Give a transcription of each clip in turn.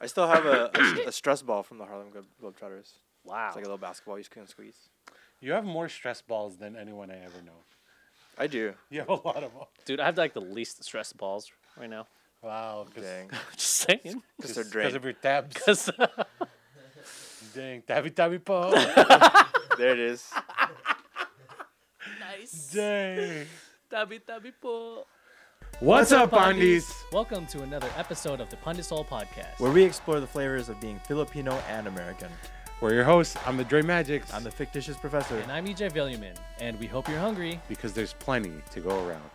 I still have a, a s- a stress ball from the Harlem Globe- Globetrotters. Wow. It's like a little basketball you can squeeze. You have more stress balls than anyone I ever know. I do. You have a lot of them. Dude, I have like the least stress balls right now. Wow. Cause, Dang. Just saying. Because they're Because drained. of your tabs. 'Cause- Dang. Tabby tabby po. There it is. nice. Dang. Tabi tabi po. What's up, Andes? Welcome to another episode of the Pundit Soul Podcast. where we explore the flavors of being Filipino and American. We're your hosts. I'm the Dre Magics. I'm the fictitious professor. and I'm EJ Villiaman, and we hope you're hungry. because there's plenty to go around.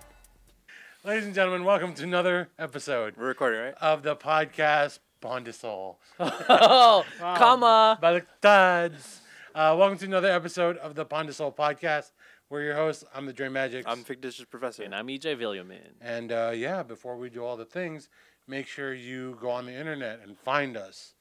Ladies and gentlemen, welcome to another episode We're recording, right? of the podcast Bondisol Oh, comma. Baliktads. Uh, welcome to another episode of the Bondisol podcast. We're your hosts. I'm the Dre Magics. I'm fictitious professor. And I'm E EJ Villiaman. And uh, yeah, before we do all the things, make sure you go on the internet and find us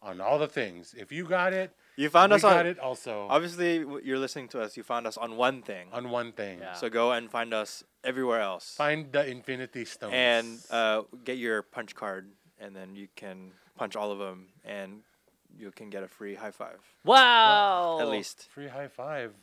on all the things. If you got it, you found we us got on. it also Obviously, w- you're listening to us. You found us on one thing. on one thing. Yeah. So go and find us everywhere else. Oh, Find the Infinity Stones. and uh, get your punch card, and then you can punch all of them, and you can get a free high five. Wow. At least free high five.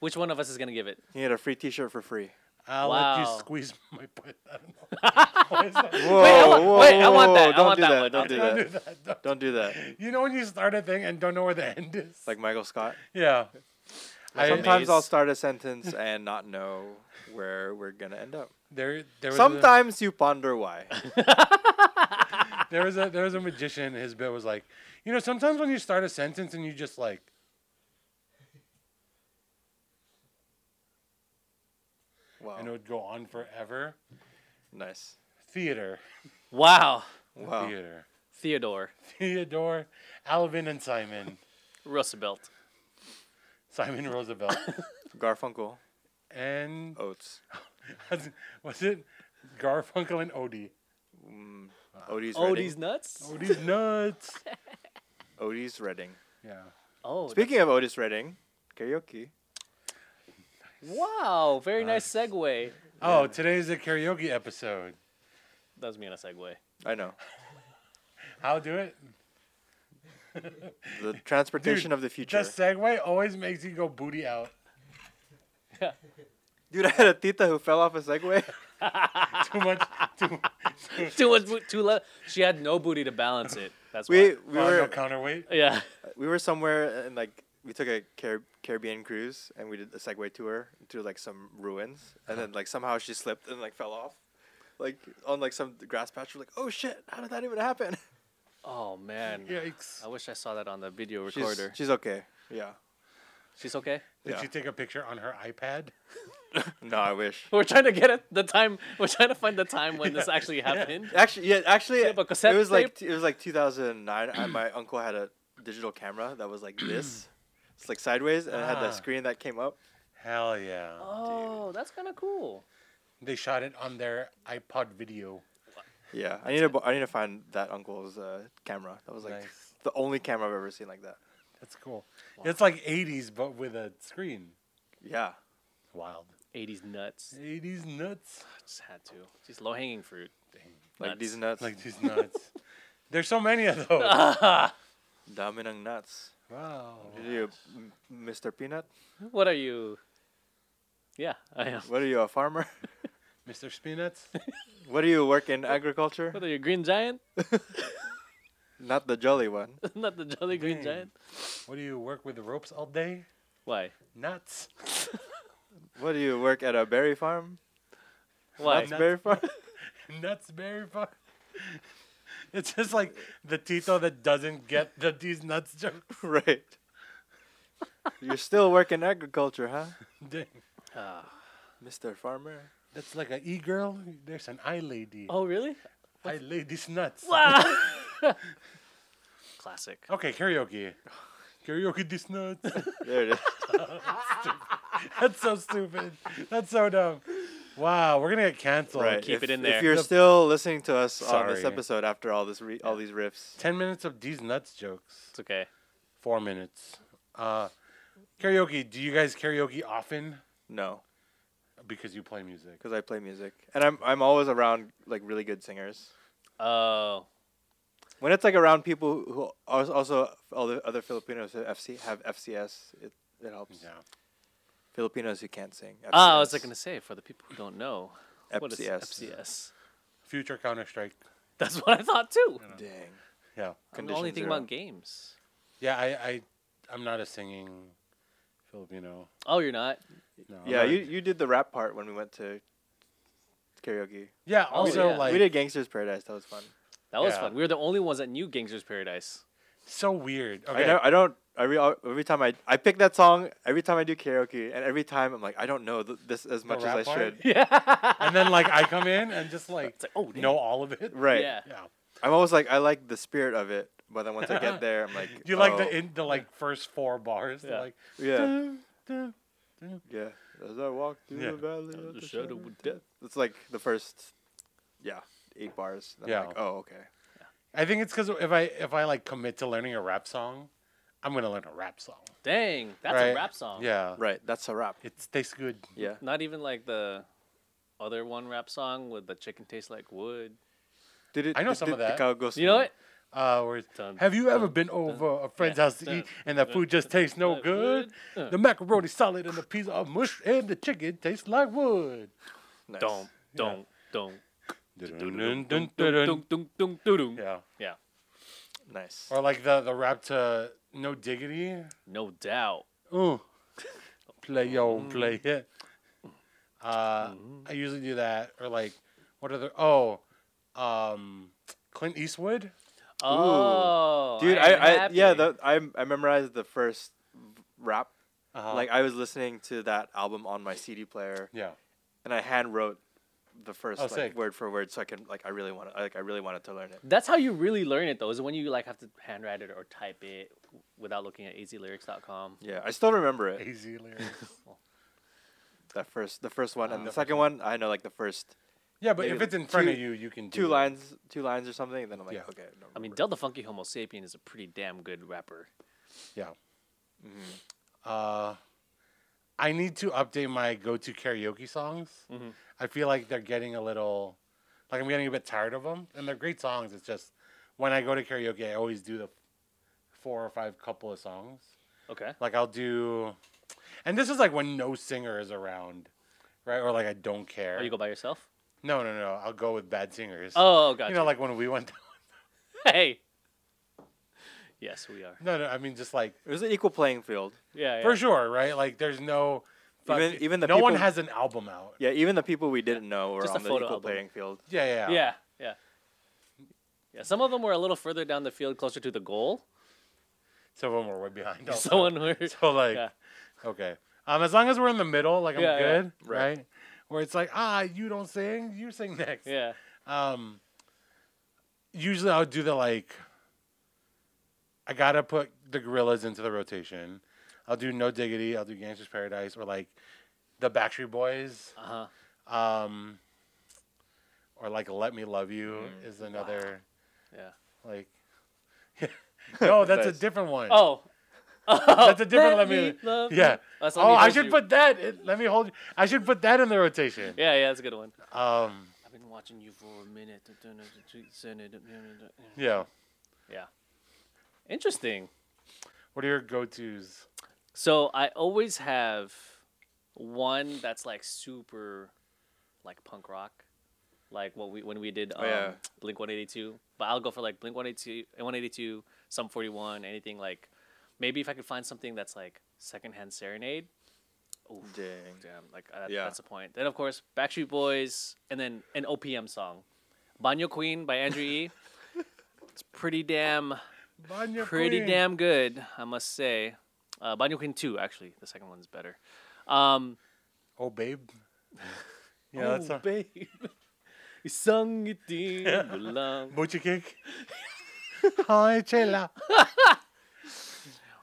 Which one of us is going to give it? you get a free T-shirt for free. I'll let Wow. you squeeze my butt. I don't know. Why is that? Whoa, I want- wait, I want that. I Don't want do that that. one. Don't do Don't do that. that. Don't- Don't do that. You know when you start a thing and don't know where the end is? Like Michael Scott. yeah. I, Sometimes I'll Maze. start a sentence and not know where we're gonna end up. there, there was a- Sometimes you ponder why. there was a there was a magician. His bit was like, you know, sometimes when you start a sentence and you just like, Wow. and it would go on forever. Nice. Theater, Wow. Wow. theater, Theodore Theodore, Alvin and Simon, Roosevelt. Simon Roosevelt, Garfunkel. and Oates. was it Garfunkel and Odie? Mm, Odie's Redding. Odie's nuts? Odie's nuts. Odie's Redding. Yeah. Oh, Speaking of Otis Redding, karaoke. wow. Very nice segue. Oh, today's a karaoke episode. Doesn't mean a segue. I know. I'll do it. The transportation of the future. The segue always makes you go booty out. Dude, I had a tita who fell off a Segway. Too much. Too. Too much, bo- too le- She had no booty to balance it. That's We why. we We no were counterweight. Yeah. we were somewhere uh, and like we took a Car- Caribbean cruise and we did a Segway tour to like some ruins and then like somehow she slipped and like fell off, like on like some grass patch. We're like, oh shit, how did that even happen? Oh man. Yikes. I wish I saw that on the video She's, recorder. She's, she's okay. Yeah. okay. Did Yeah. she take a picture on her iPad? No, I wish. We're trying to get at the time. We're trying to find the time when this actually happened. Actually, yeah. Actually, have a cassette it was like it was like 2009. I, my uncle had a digital camera that was like this. It's like sideways, and it had Ah. the screen that came up. Hell yeah. Oh, that's kind of cool. They shot it on their iPod video. Yeah, I need to. bo- I need to find that uncle's uh, camera. That was like Nice. the only camera I've ever seen like that. That's cool. It's like 80s, but with a screen. Yeah. Wild. 80s nuts. 80s nuts. Just had to. She's low hanging fruit. Like Nuts. these nuts. Like Like these nuts. There's so many of those. dami ng nuts. wow. Oh, Did you, m- Mr. Peanut? What are you? Yeah, I am. What are you, a farmer? Mr. Spinuts? what do you work in agriculture? What are you, Green Giant? Not the jolly one. Not the Jolly Green Dang. Giant. What do you work with the ropes all day? Why? Nuts. What do you work at a berry farm? Why? Nuts berry farm. Nuts berry fu- It's just like the Tito that doesn't get the these nuts joke. right. You're still working agriculture, huh, Dang. Ah. Mr. Farmer? That's like an e girl. There's an eye lady. oh, really? I lady's nuts. Wow. Classic. Okay, karaoke. karaoke this nuts. There it is. That's so stupid. That's so dumb. Wow, we're gonna get canceled. right. if, keep it in If there. you're The- still listening to us on this Sorry. episode after all this, re- all these riffs, Ten minutes of these nuts jokes. It's okay. Four minutes. Uh, karaoke. Do you guys karaoke often? no, Because you play music. because I play music and I'm I'm always around like really good singers. Oh, When it's like around people who are also all the other Filipinos who have FC have FCS, it, it helps. Yeah. Filipinos who can't sing. FCS. Ah, I was like gonna say for the people who don't know, what is FCS. FCS? Future Counter Strike. That's what I thought too. Dang. Yeah. Oh, I'm Condition only thinking zero. about games. Yeah, I, I I'm not a singing Filipino. Oh, you're not. No. I'm Yeah, not- you you did the rap part when we went to karaoke. Yeah, Oh, also yeah. like we did Gangsters Paradise. That was fun. That was Yeah. fun. We were the only ones that knew Gangster's Paradise. so weird. Okay. I, never, I don't. Every every time I I pick that song every time I do karaoke and every time I'm like I don't know th- this as much as rap I part? should. Yeah. and then like I come in and just like, It's like, oh, damn. know all of it. Right. Yeah. Yeah. I'm always like I like the spirit of it, but then once I get there, I'm like You like the oh, in, the like first four bars. They're Yeah. Like yeah dun, dun. yeah. As I walk through Yeah. the valley of The the shadow shadow of of death. It's like the first yeah eight bars. Then Yeah. I'm like, oh okay. I think it's because if I if I like commit to learning a rap song, I'm gonna learn a rap song. Dang, that's a right? rap song. Yeah. Right. That's a rap. It tastes good. Yeah. Not even like the other one rap song with the chicken tastes like wood. Did it? I did, know some did of that. the cow go You know smooth? what? Uh, where it's, Dun, have you ever dun, been over a friend's house to dun, eat and the food just tastes no dun, good? dun. The macaroni solid and the pizza are mush and the chicken tastes like wood. Nice. Don't, don't, don't. Yeah. Yeah. Yeah. Nice. Or like the the rap to No Diggity. No doubt. Ooh. Play yo, Mm-hmm. play it. Uh, I usually do that. Or like, what other? Oh, um, Clint Eastwood. Oh, Dude, I, am I, I happy. yeah, the, I I memorized the first rap. Uh-huh. Like I was listening to that album on my CD player, yeah. and I hand wrote the first Oh, like, sick. word for word, so I can like I really want to like I really wanted to learn it. That's how you really learn it though. Is when you like have to handwrite it or type it without looking at azlyrics.com. Yeah, I still remember it. Easy lyrics. That first, the first one, Ah. and the second one, I know like the first yeah, but Maybe if it's in front of two- you, you can do two it. lines, two lines or something, and then I'm like, Yeah. okay. don't I mean, remember. Del the Funky Homo Sapien is a pretty damn good rapper. Yeah. mm-hmm. Uh, I need to update my go-to karaoke songs. Mm-hmm. Mhm. I feel like they're getting a little, like I'm getting a bit tired of them, and they're great songs. It's just when I go to karaoke, I always do the four or five couple of songs. Okay. Like I'll do, and this is like when no singer is around, right? Or like I don't care. Oh, you go by yourself? no, no, no. I'll go with bad singers. Oh, gotcha. You know, like when we went. hey. Yes, we are. No, no. I mean, just like it was an equal playing field. Yeah. yeah. for sure, right? Like there's no. fuck- Even- even the no one people- has an album out. Yeah, even the people we didn't know were Just a on the photo equal album. playing field. Yeah, yeah, yeah. Yeah. Yeah. Some of them were a little further down the field, closer to the goal. Some of them were way behind. also. Someone were. So like, Yeah. okay. Um, as long as we're in the middle, like I'm Yeah, yeah. good, Right. right? Where it's like, ah, you don't sing, you sing next. Yeah. Um. Usually, I'll do the like. I gotta put the gorillas into the rotation. I'll do No Diggity. I'll do Gangster's Paradise or like, the Backstreet Boys. Uh huh. Um. Or like Let Me Love You is another Mm-hmm. Yeah. like. no, that's Nice. a different one. Oh. that's a different Let, Me. love you. Yeah. That's Let Oh, Me I Hold should You. put that. in- let me hold. You. I should put that in the rotation. Yeah, yeah, that's a good one. Um. I've been watching you for a minute. Yeah. Yeah. Interesting. What are your go-to's? So I always have one that's like super, like punk rock, like what we when we did um, yeah. Blink One Eighty Two. But I'll go for like Blink 182, 182, Sum Forty One, anything like. Maybe if I could find something that's like Secondhand Serenade. Oof, Dang. Damn, like uh, Yeah. that's the point. Then of course Backstreet Boys, and then an OPM song, Banyo Queen by Andrew E. It's pretty damn pretty damn good, I must say. Uh, Banyo Queen 2, actually. The second one's better. Um, oh, Oh, babe. Yeah, that's a babe. Isang itim ko lang. butcher kick. Hi, Chela.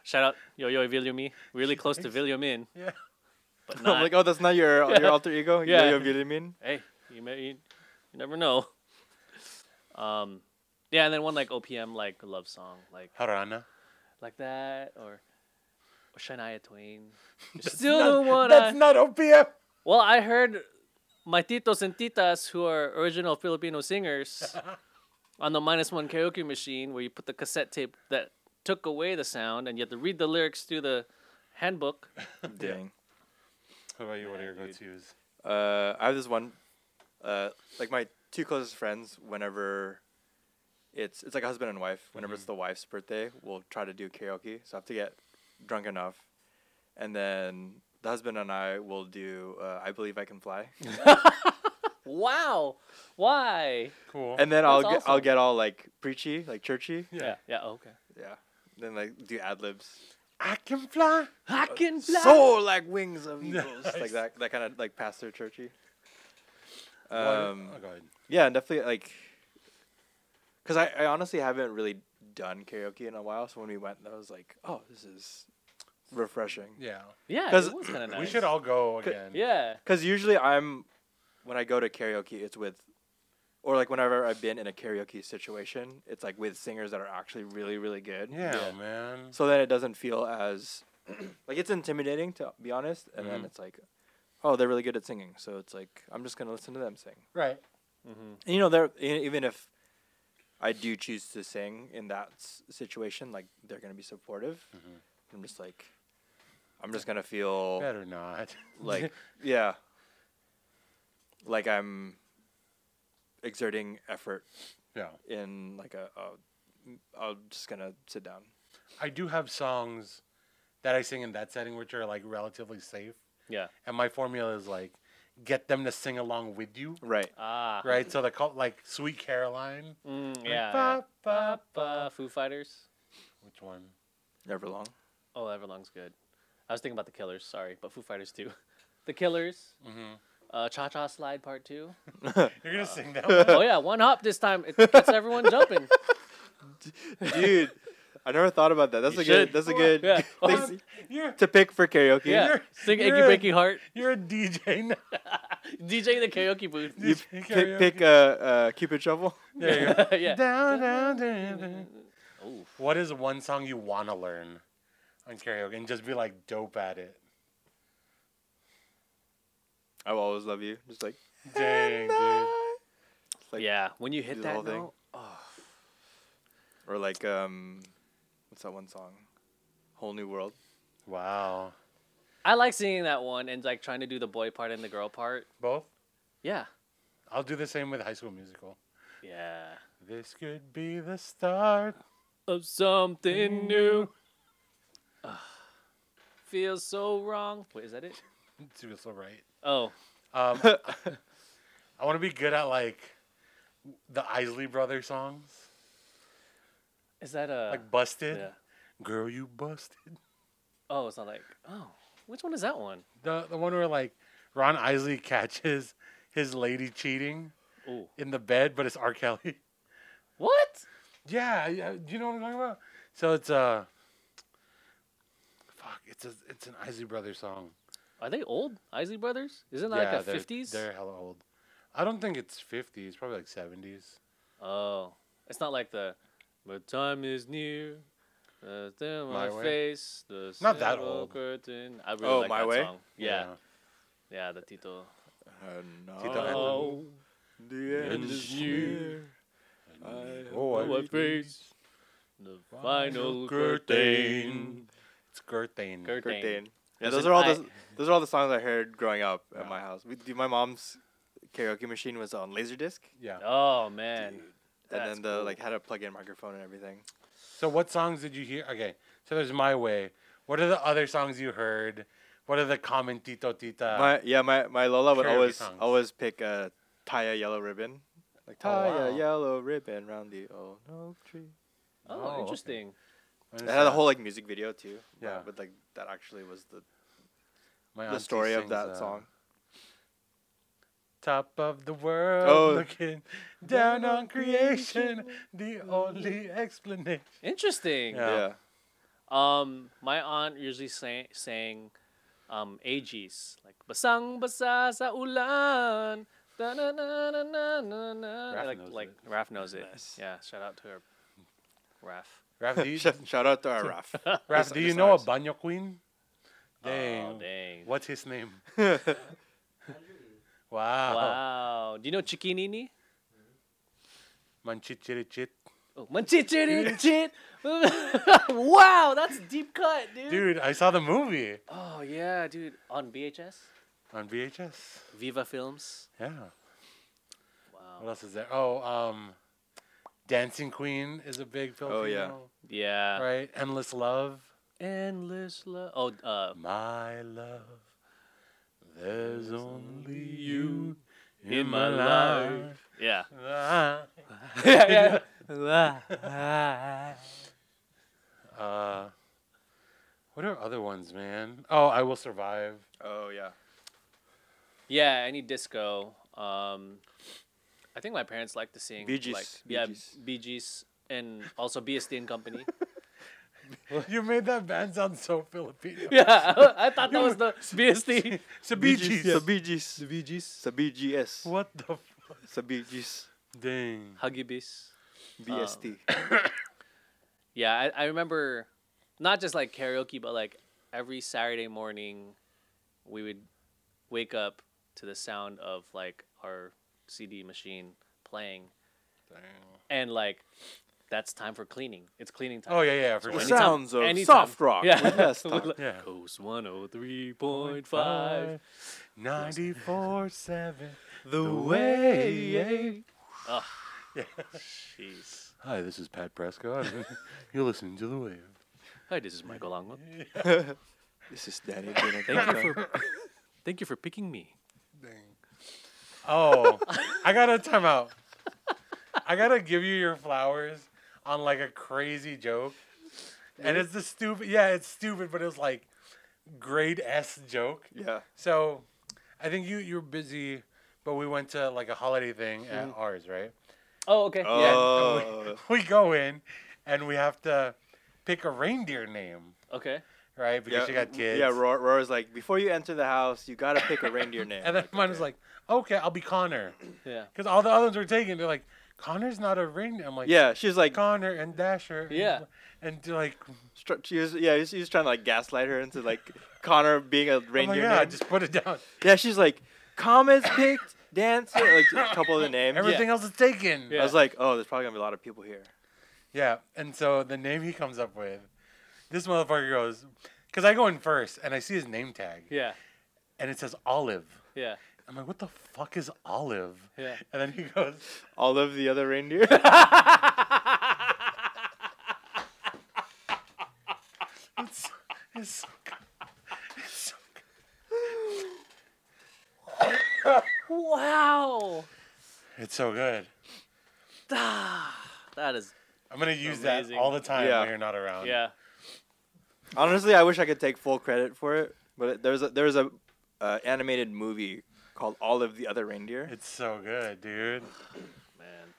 Shout out Yo Yo Villumin. Really close to Villumin, Yeah. but I'm not. like, oh, that's not your your alter ego. Yeah. Yeah, you know what I mean? Hey, you may you, you never know. Um, yeah, and then one like OPM like love song like Harana. like that or, or Shania Twain. You're Still the one I That's not OPM. Well, I heard my titos and titas, who are original Filipino singers, on the minus one karaoke machine where you put the cassette tape that took away the sound and you had to read the lyrics through the handbook. Dang. What about you? What are your Yeah, dude. go-tos? Uh, I have this one, uh, like my two closest friends. Whenever it's it's like a husband and wife. Whenever it's Mm-hmm. the wife's birthday, we'll try to do karaoke. So I have to get drunk enough, and then the husband and I will do uh, "I Believe I Can Fly," Wow. Why? Cool. and then I'll That's get I'll awesome. get all like preachy, like churchy. Yeah. Yeah. yeah, okay. Yeah. Then like do ad libs. I can fly. I can fly. Soar like wings of eagles, Nice. like that that kind of like pastor churchy. What- Um, oh, go ahead. Yeah, and definitely like, cause I, I honestly haven't really done karaoke in a while. So when we went, I was like, oh, this is refreshing. Yeah. Yeah, Because it was kind of nice. We should all go again. Yeah. Cause usually I'm, when I go to karaoke, it's with, or like whenever I've been in a karaoke situation, it's like with singers that are actually really really good. Yeah, Yeah. man. So then it doesn't feel as, like it's intimidating to be honest. And then Mhm. it's like, oh, they're really good at singing. So it's like I'm just gonna listen to them sing. Right. And, you know they're e- even if i do choose to sing in that s- situation like they're gonna be supportive i'm just like i'm just gonna feel Better not. like yeah like i'm exerting effort yeah. in like a, a i'm just gonna sit down I do have songs that I sing in that setting which are like relatively safe. Yeah. And my formula is like get them to sing along with you. right Ah. Right? So they call like Sweet Caroline. Mm, Like, yeah. yeah. ba, ba, Uh, Foo Fighters. Which one? never long Oh, Everlong's good. I was thinking about the Killers. Sorry, but Foo Fighters too. The Killers. Mhm. Uh, Cha Cha Slide Part Two. You're gonna sing that one? oh yeah, one hop this time. It gets everyone jumping. dude i never thought about that that's You a good should. that's a good Yeah. thing Come on. You're to pick for karaoke Yeah. You're- Sing Achy you're a- Breaky Heart. you're a DJ now. DJ in the karaoke booth. you Just pick, karaoke. pick uh, uh cupid shovel There you go. yeah. Down, down, down, down. Ooh. What is one song you wanna learn on karaoke and just be like dope at it? i will always love you just like Dang, dude. Like, yeah. When you do hit the whole that thing. note. Oh. Or like um, what's that one song? Whole New World. Wow. I like singing that one and like trying to do the boy part and the girl part. Both? Yeah. I'll do the same with High School Musical. Yeah. This could be the start. Of something new. Feels so wrong. Wait, is that it? Feels so right. Oh. Um, I want to be good at like the Isley Brothers songs, Is that a like "Busted," yeah. "Girl You Busted," Oh, it's not like oh, which one is that one? the the one where like Ron Isley catches his lady cheating Ooh, in the bed, but it's R. Kelly. what? Yeah, yeah, do you know what I'm talking about? So it's uh, fuck, it's a, it's an Isley Brothers song. Are they old Isley Brothers? Isn't that yeah, like a they're- fifties? They're hella old. I don't think it's fifties. Probably like seventies. Oh, it's not like the. But time is near. Uh, there My my Way? face. The Not that silver old. Curtain. I really Oh, like My that Way? song. Yeah, yeah, the Tito. Oh, Uh, no. Tito Allen. The end end is is near. I Oh, I hope my it face. The final curtain. It's Curtain. curtain. Kurt Dane. Yeah, There's those an are all I- the those are all the songs I heard growing up at Yeah. my house. We, dude, my mom's karaoke machine was on Laserdisc, Yeah. Oh man. and That's then the cool. like had a plug-in microphone and everything. So what songs did you hear? Okay, so there's My Way. What are the other songs you heard? What are the common Tito Tita? my yeah, my, my Lola would karaoke always songs. always pick uh, tie a yellow ribbon, like Oh, tie wow. a yellow ribbon round the old oak tree. Oh, Oh, okay. interesting. What is It had a that? whole like music video too. Yeah. but like that actually was the My the auntie story of sings, that uh, song. Top of the world, Oh. looking down on creation, the only explanation. Interesting. Yeah. Yeah. Um, my aunt usually sang, sang um, AGs like basang basa sa ulan. Da, na, na, na, na, na, na. Raph like knows like it. Raph knows it. Nice. Yeah, shout out to her, Raph. Raph, do you, Shout shout out to our Raf. Raph, do you It's know a ours. Banyo Queen? Dang. Oh, dang. What's his name? wow. Wow. Do you know Chiquinini? Manchichirichit. Oh, manchichirichit. wow, that's a deep cut, dude. Dude, I saw the movie Oh yeah, dude, on VHS, on VHS. Viva Films. Yeah. What Wow. else is there? Oh, um, Dancing Queen is a big Filipino. Oh, yeah. Yeah. Right? Endless Love. Endless love. Oh, uh, My love, there's only you in my life. yeah. Ah. yeah, Uh, what are other ones, man? Oh, I Will Survive. Oh yeah. yeah. I need disco. Um, I think my parents liked to sing. Bee Gees, Like, Bee yeah, Gees. Bee Gees and also BSD and Company. you made that band sound so Filipino. yeah, I thought that was the BSD. It's a Bee Gees. Sabijis. BGs. Sabijis. What the fuck? Sabijis. Dang. Huggies. Um, BST. Yeah, I, I remember not just like karaoke, but like every Saturday morning, we would wake up to the sound of like our CD machine playing, and like that's time for cleaning. It's cleaning time. Oh, yeah, yeah, The So for sure. anytime- sounds of anytime- soft rock. Yeah. With less With time. le- Yeah. Coast 103.5. 94 7. The Oh, jeez. Hi, this is Pat Prescott. You're listening to The Wave. Hi, this is Michael Longo. This is Danny. Thank you for thank you for picking me. Oh, I got a timeout. I gotta give you your flowers on like a crazy joke, and it's the stupid. Yeah, it's stupid, but it's like grade S joke. Yeah. So, I think you you were busy, but we went to like a holiday thing at Mm-hmm. ours, right? Oh, okay. Oh. Yeah. and we, we go in, and we have to pick a reindeer name, Okay. right? Because you got kids. Yeah, Ro- Rora's like, before you enter the house, you gotta pick a reindeer name. And then mine was okay. like, okay, I'll be Connor, Yeah. because all the other ones were taken. They're like, Connor's not a reindeer. I'm like, yeah, she's like, Connor and Dasher. and- Yeah. And, they're like, str- she was, yeah, she was trying to like gaslight her into like Connor being a oh my reindeer God, name. just put it down. Yeah, she's like, Comet's picked, Dancer, like a couple of the names. Everything else is taken. I was like, oh, there's probably gonna be a lot of people here. Yeah. And so the name he comes up with, this motherfucker goes, because I go in first and I see his name tag Yeah. and it says Olive. Yeah. I'm like, what the fuck is Olive? Yeah. And then he goes, All of the other reindeer. it's, it's so good. It's so good. Wow. It's so good. That is I'm going to use Amazing. that all the time Yeah. when you're not around. yeah. Honestly, I wish I could take full credit for it, but there's a there's a uh, animated movie called All of the Other Reindeer. It's so good, dude. Man.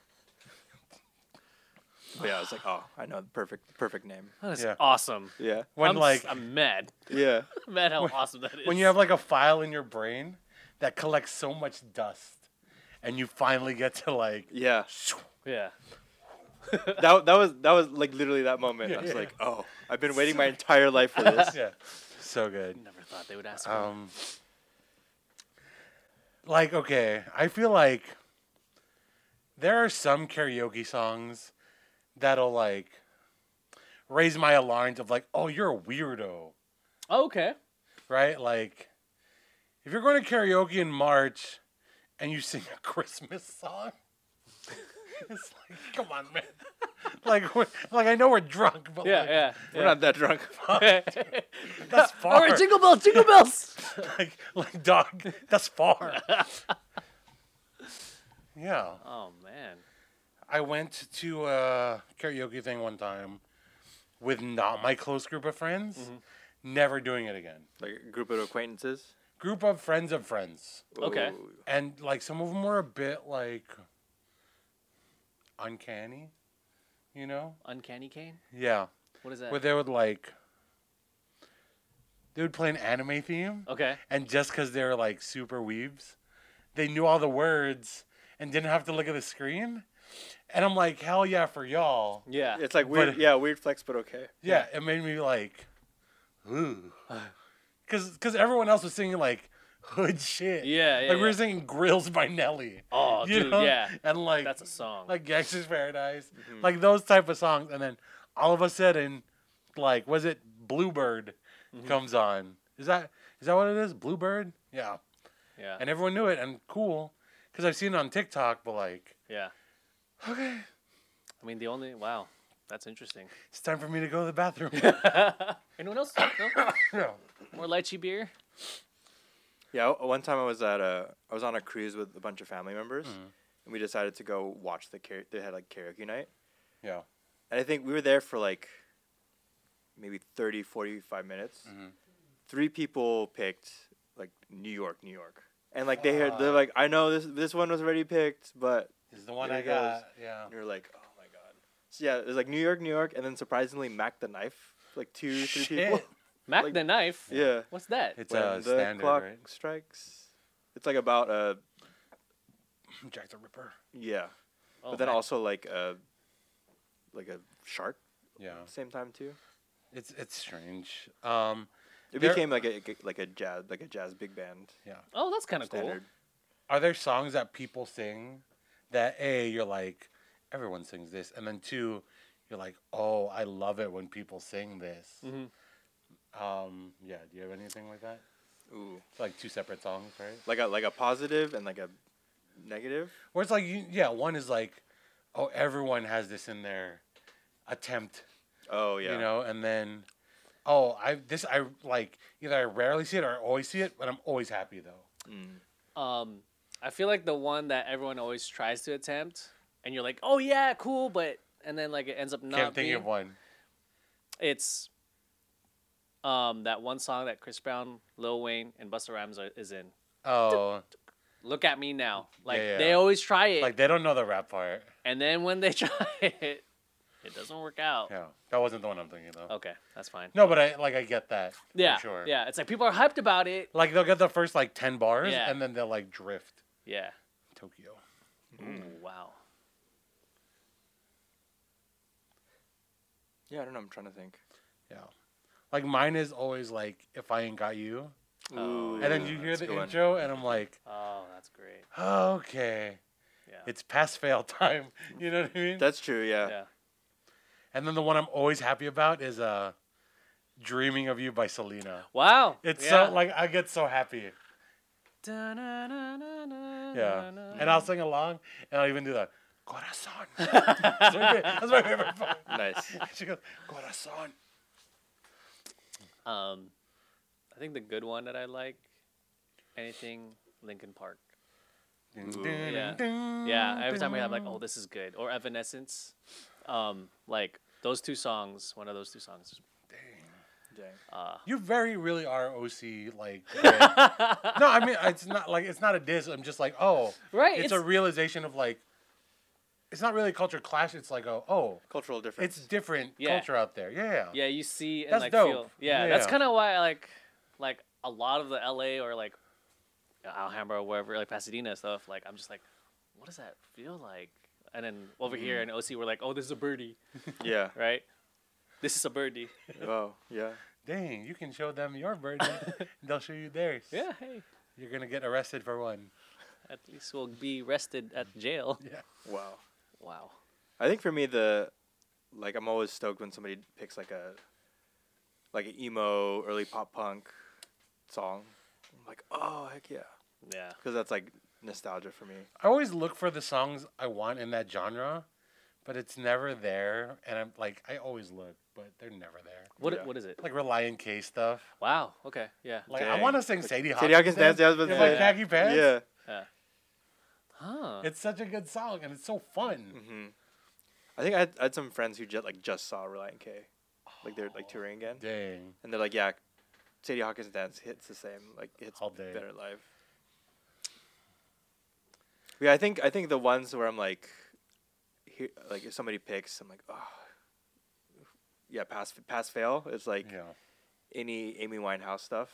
But yeah, I was like, oh, I know the perfect perfect name. That is Yeah. awesome. Yeah, When, I'm, s- like, I'm mad. yeah, I'm mad how awesome that is. when you have like a file in your brain that collects so much dust and you finally get to like yeah. Yeah. That that was that was like literally that moment. I was Yeah. like, oh, I've been waiting my entire life for this. yeah so good Never thought they would ask Oh. for um like okay i feel like there are some karaoke songs that'll like raise my alarms of like oh you're a weirdo Oh, okay. right like if you're going to karaoke in march and you sing a christmas song it's like come on man like we're, like i know we're drunk but Oh, Yeah, like yeah. We're not that drunk. That's All far. right, jingle bells, jingle bells. like, like, dog, that's far. yeah. oh man. I went to a karaoke thing one time with not my close group of friends. Never doing it again. Like a group of acquaintances. Group of friends of friends. Okay. Ooh. And, like, some of them were a bit, like, uncanny, you know? Uncanny Cane. Yeah. What is that? Where they would, like, they would play an anime theme. okay. and just because they were like super weebs, they knew all the words and didn't have to look at the screen. And I'm like, hell yeah for y'all. Yeah. It's like weird. But- yeah, weird flex, but okay. Yeah, it made me like, ooh, because everyone else was singing like, hood shit. Yeah, yeah, Like we were yeah. singing Grills by Nelly. Oh, you dude, know? yeah. And like That's a song. like Gangster's Paradise, like those type of songs. And then all of a sudden, like, was it Bluebird comes on? Is that is that what it is? Bluebird? Yeah. yeah. And everyone knew it and cool, because I've seen it on TikTok. But like, yeah. okay, I mean, the only wow, that's interesting. it's time for me to go to the bathroom. Anyone else? No? No. More lychee beer? Yeah, o- one time I was at a I was on a cruise with a bunch of family members, and we decided to go watch the karaoke. They had like karaoke night, yeah. and I think we were there for like maybe 30, 45 minutes. Mm-hmm. Three people picked like New York, New York, and like they heard they're like, I know this this one was already picked, but Is the one Here I it goes. got. Yeah. and we were like, oh my god. So yeah, it was like New York, New York, and then surprisingly, Mac the Knife, like two, three people. Shit. Mac Like- the knife. yeah. What's that? It's When a the standard, clock right? strikes. It's like about uh Jack the Ripper. yeah. Oh, but then Mac- also like a like a shark Yeah. at the same time too. It's it's strange. Um, It There- became like a like a jazz like a jazz big band Oh, that's kind of cool. standard. are there songs that people sing that a you're like everyone sings this, and then two, you're like oh I love it when people sing this. Mhm. Um, yeah. Do you have anything like that? Ooh. It's like two separate songs, right? Like a like a positive and like a negative. Where it's like you, yeah, one is like oh everyone has this in their attempt Oh yeah. you know and then oh i this i like either i rarely see it or i always see it but i'm always happy though Mm. Um, I feel like the one that everyone always tries to attempt, and you're like, oh yeah, cool, but and then like it ends up not can't think being. of one It's um that one song that Chris Brown, Lil Wayne, and Busta Rhymes are, is in. oh Look at me now. Like yeah. they always try it, like they don't know the rap part and then when they try it, it doesn't work out. yeah that wasn't the one i'm thinking of Okay, that's fine. no but i like i get that yeah, for sure yeah. It's like people are hyped about it. like they'll get the first like 10 bars Yeah. and then they'll like drift Yeah. tokyo Mm. Mm. Ooh, wow. Yeah, I don't know. I'm trying to think. yeah like mine is always like if i ain't got you Oh, and then Ooh, you hear that's a the good one. intro and i'm like Oh, that's great. okay Yeah. it's uh, pass fail time you know what i mean That's true. Yeah. yeah. And then the one I'm always happy about is uh, "Dreaming of You" by Selena. Wow. It's yeah. so like I get so happy. Yeah, and I'll sing along, and I'll even do the corazón. That's my fa- that's my favorite part. Nice. She goes corazón. Um, I think the good one that I like, anything Linkin Park. Yeah. Yeah, every time we have like, oh, this is good, or Evanescence, um, like those two songs, one of those two songs. Dang. Uh, You very really are OC like. no, I mean it's not like it's not a diss. I'm just like oh, right. it's, a realization of like, it's not really a culture clash. It's like oh oh, Cultural difference. it's different Yeah. culture out there. Yeah. yeah. You see and That's like dope. feel. Yeah, Yeah, that's yeah. kind of why I like like a lot of the LA or like Alhambra or wherever, like Pasadena and stuff. Like I'm just like, what does that feel like? And then over here in Mm. OC, we're like, oh, this is a birdie, yeah. right? This is a birdie. Oh yeah. Dang, you can show them your burden. and they'll show you theirs. Yeah, hey. You're gonna get arrested for one. At least we'll be rested at jail. Yeah. Wow. Wow. I think for me the like I'm always stoked when somebody picks like a like an emo early pop punk song. I'm like, oh heck yeah, Yeah. because that's like nostalgia for me. I always look for the songs I want in that genre, but it's never there. And I'm like, I always look, but they're never there. What Yeah. what is it? Like Reliant K stuff. Wow. Okay. Yeah. Like I Dang. want to sing Sadie Hawkins. Sadie Hawkins dance. Yeah, I was about in to my say. khaki pants. Yeah. Huh. It's such a good song and it's so fun. hmm I think I had, I had some friends who just like just saw Reliant K, like they're like touring Mm-hmm. again, Dang. and they're like, yeah, Sadie Hawkins dance hits the same, like hits All day. better live. Yeah, I think I think the ones where I'm like, here, like if somebody picks, I'm like, oh, yeah, pass pass fail. It's like Yeah. any Amy Winehouse stuff.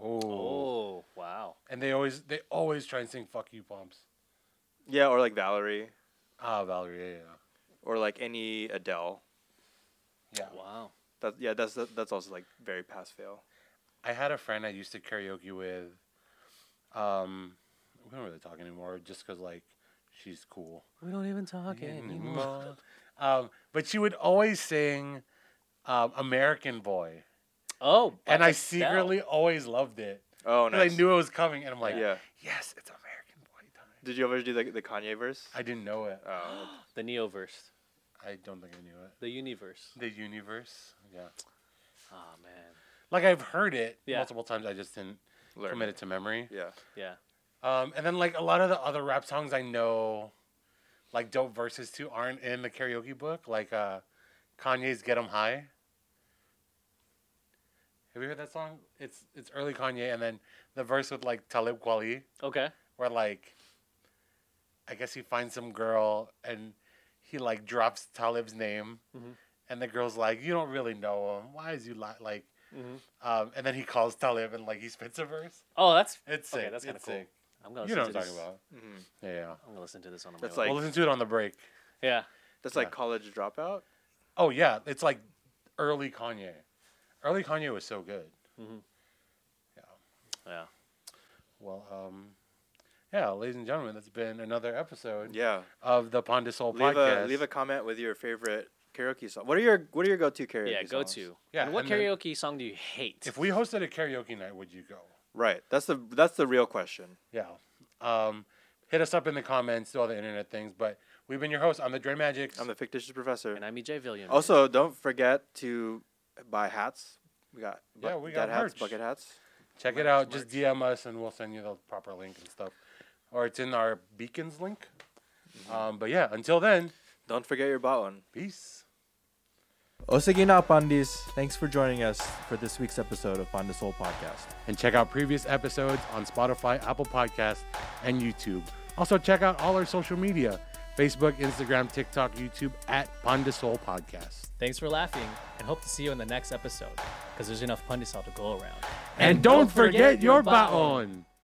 Oh. oh wow. And they always they always try and sing "Fuck You" pumps. Yeah, or like Valerie, Ah, Valerie. Yeah. or like any Adele. Yeah. yeah. Wow. That yeah, that's that's also like very pass fail. I had a friend I used to karaoke with Um, we don't really talk anymore just because, like, she's cool. Mm-hmm. We don't even talk anymore. um, but she would always sing um, American Boy. Oh, by and I Estelle. secretly always loved it. Oh, 'Cause nice. I knew it was coming, and I'm like, Yeah. yes, it's American Boy time. Did you ever do the, the Kanye verse? I didn't know it. oh, the Neoverse, I don't think I knew it. the Universe. The universe. Yeah. Oh man, Like I've heard it Yeah. multiple times. I just didn't learn. commit it to memory. Yeah. yeah. Um, and then like a lot of the other rap songs I know, like dope verses too, aren't in the karaoke book. Like uh, Kanye's "Get 'Em High." Have you heard that song? It's it's early Kanye, and then the verse with like Talib Kweli, Okay. where like, I guess he finds some girl and he like drops Talib's name, Mhm. and the girl's like, "You don't really know him. Why is you li-? like?" Mm-hmm. hmm Um, and then he calls Talib and like he spits a verse. Oh, that's It's Okay, sick. that's kinda It's cool. Oh, sick. I'm gonna. You know what I'm listen to talking this- about. hmm Yeah, yeah. I'm gonna listen to this on my. That's way. like- we'll listen to it on the break. yeah. That's like Yeah. college dropout. Oh yeah, it's like early Kanye. Early Kanye was so good. Yeah. Well, um, yeah, ladies and gentlemen, that's been another episode Yeah. of the Pond to Soul Leave podcast. a leave a comment with your favorite karaoke song. What are your What are your go to karaoke? Yeah. Go songs? to. Yeah, And what and then- karaoke song do you hate? if we hosted a karaoke night, would you go? Right. That's the that's the real question. Yeah. Um, hit us up in the comments, do all the internet things. But we've been your hosts. I'm the Dre Magics. I'm the fictitious professor. and I'm EJ Villian. Also, don't forget to buy hats. We got bu- Yeah, we dad got hats, merch. bucket hats. Check it out. Just DM us and we'll send you the proper link and stuff. Or it's in our beacons link. Mm-hmm. Um, but yeah, until then, Don't forget your bought one. peace. Osagi na Pandis, thanks for joining us for this week's episode of Panda Soul Podcast. and check out previous episodes on Spotify, Apple Podcasts, and YouTube. Also, check out all our social media Facebook, Instagram, TikTok, YouTube at Panda Soul Podcast. Thanks for laughing and hope to see you in the next episode because there's enough pundits out to go around. And don't forget your baton.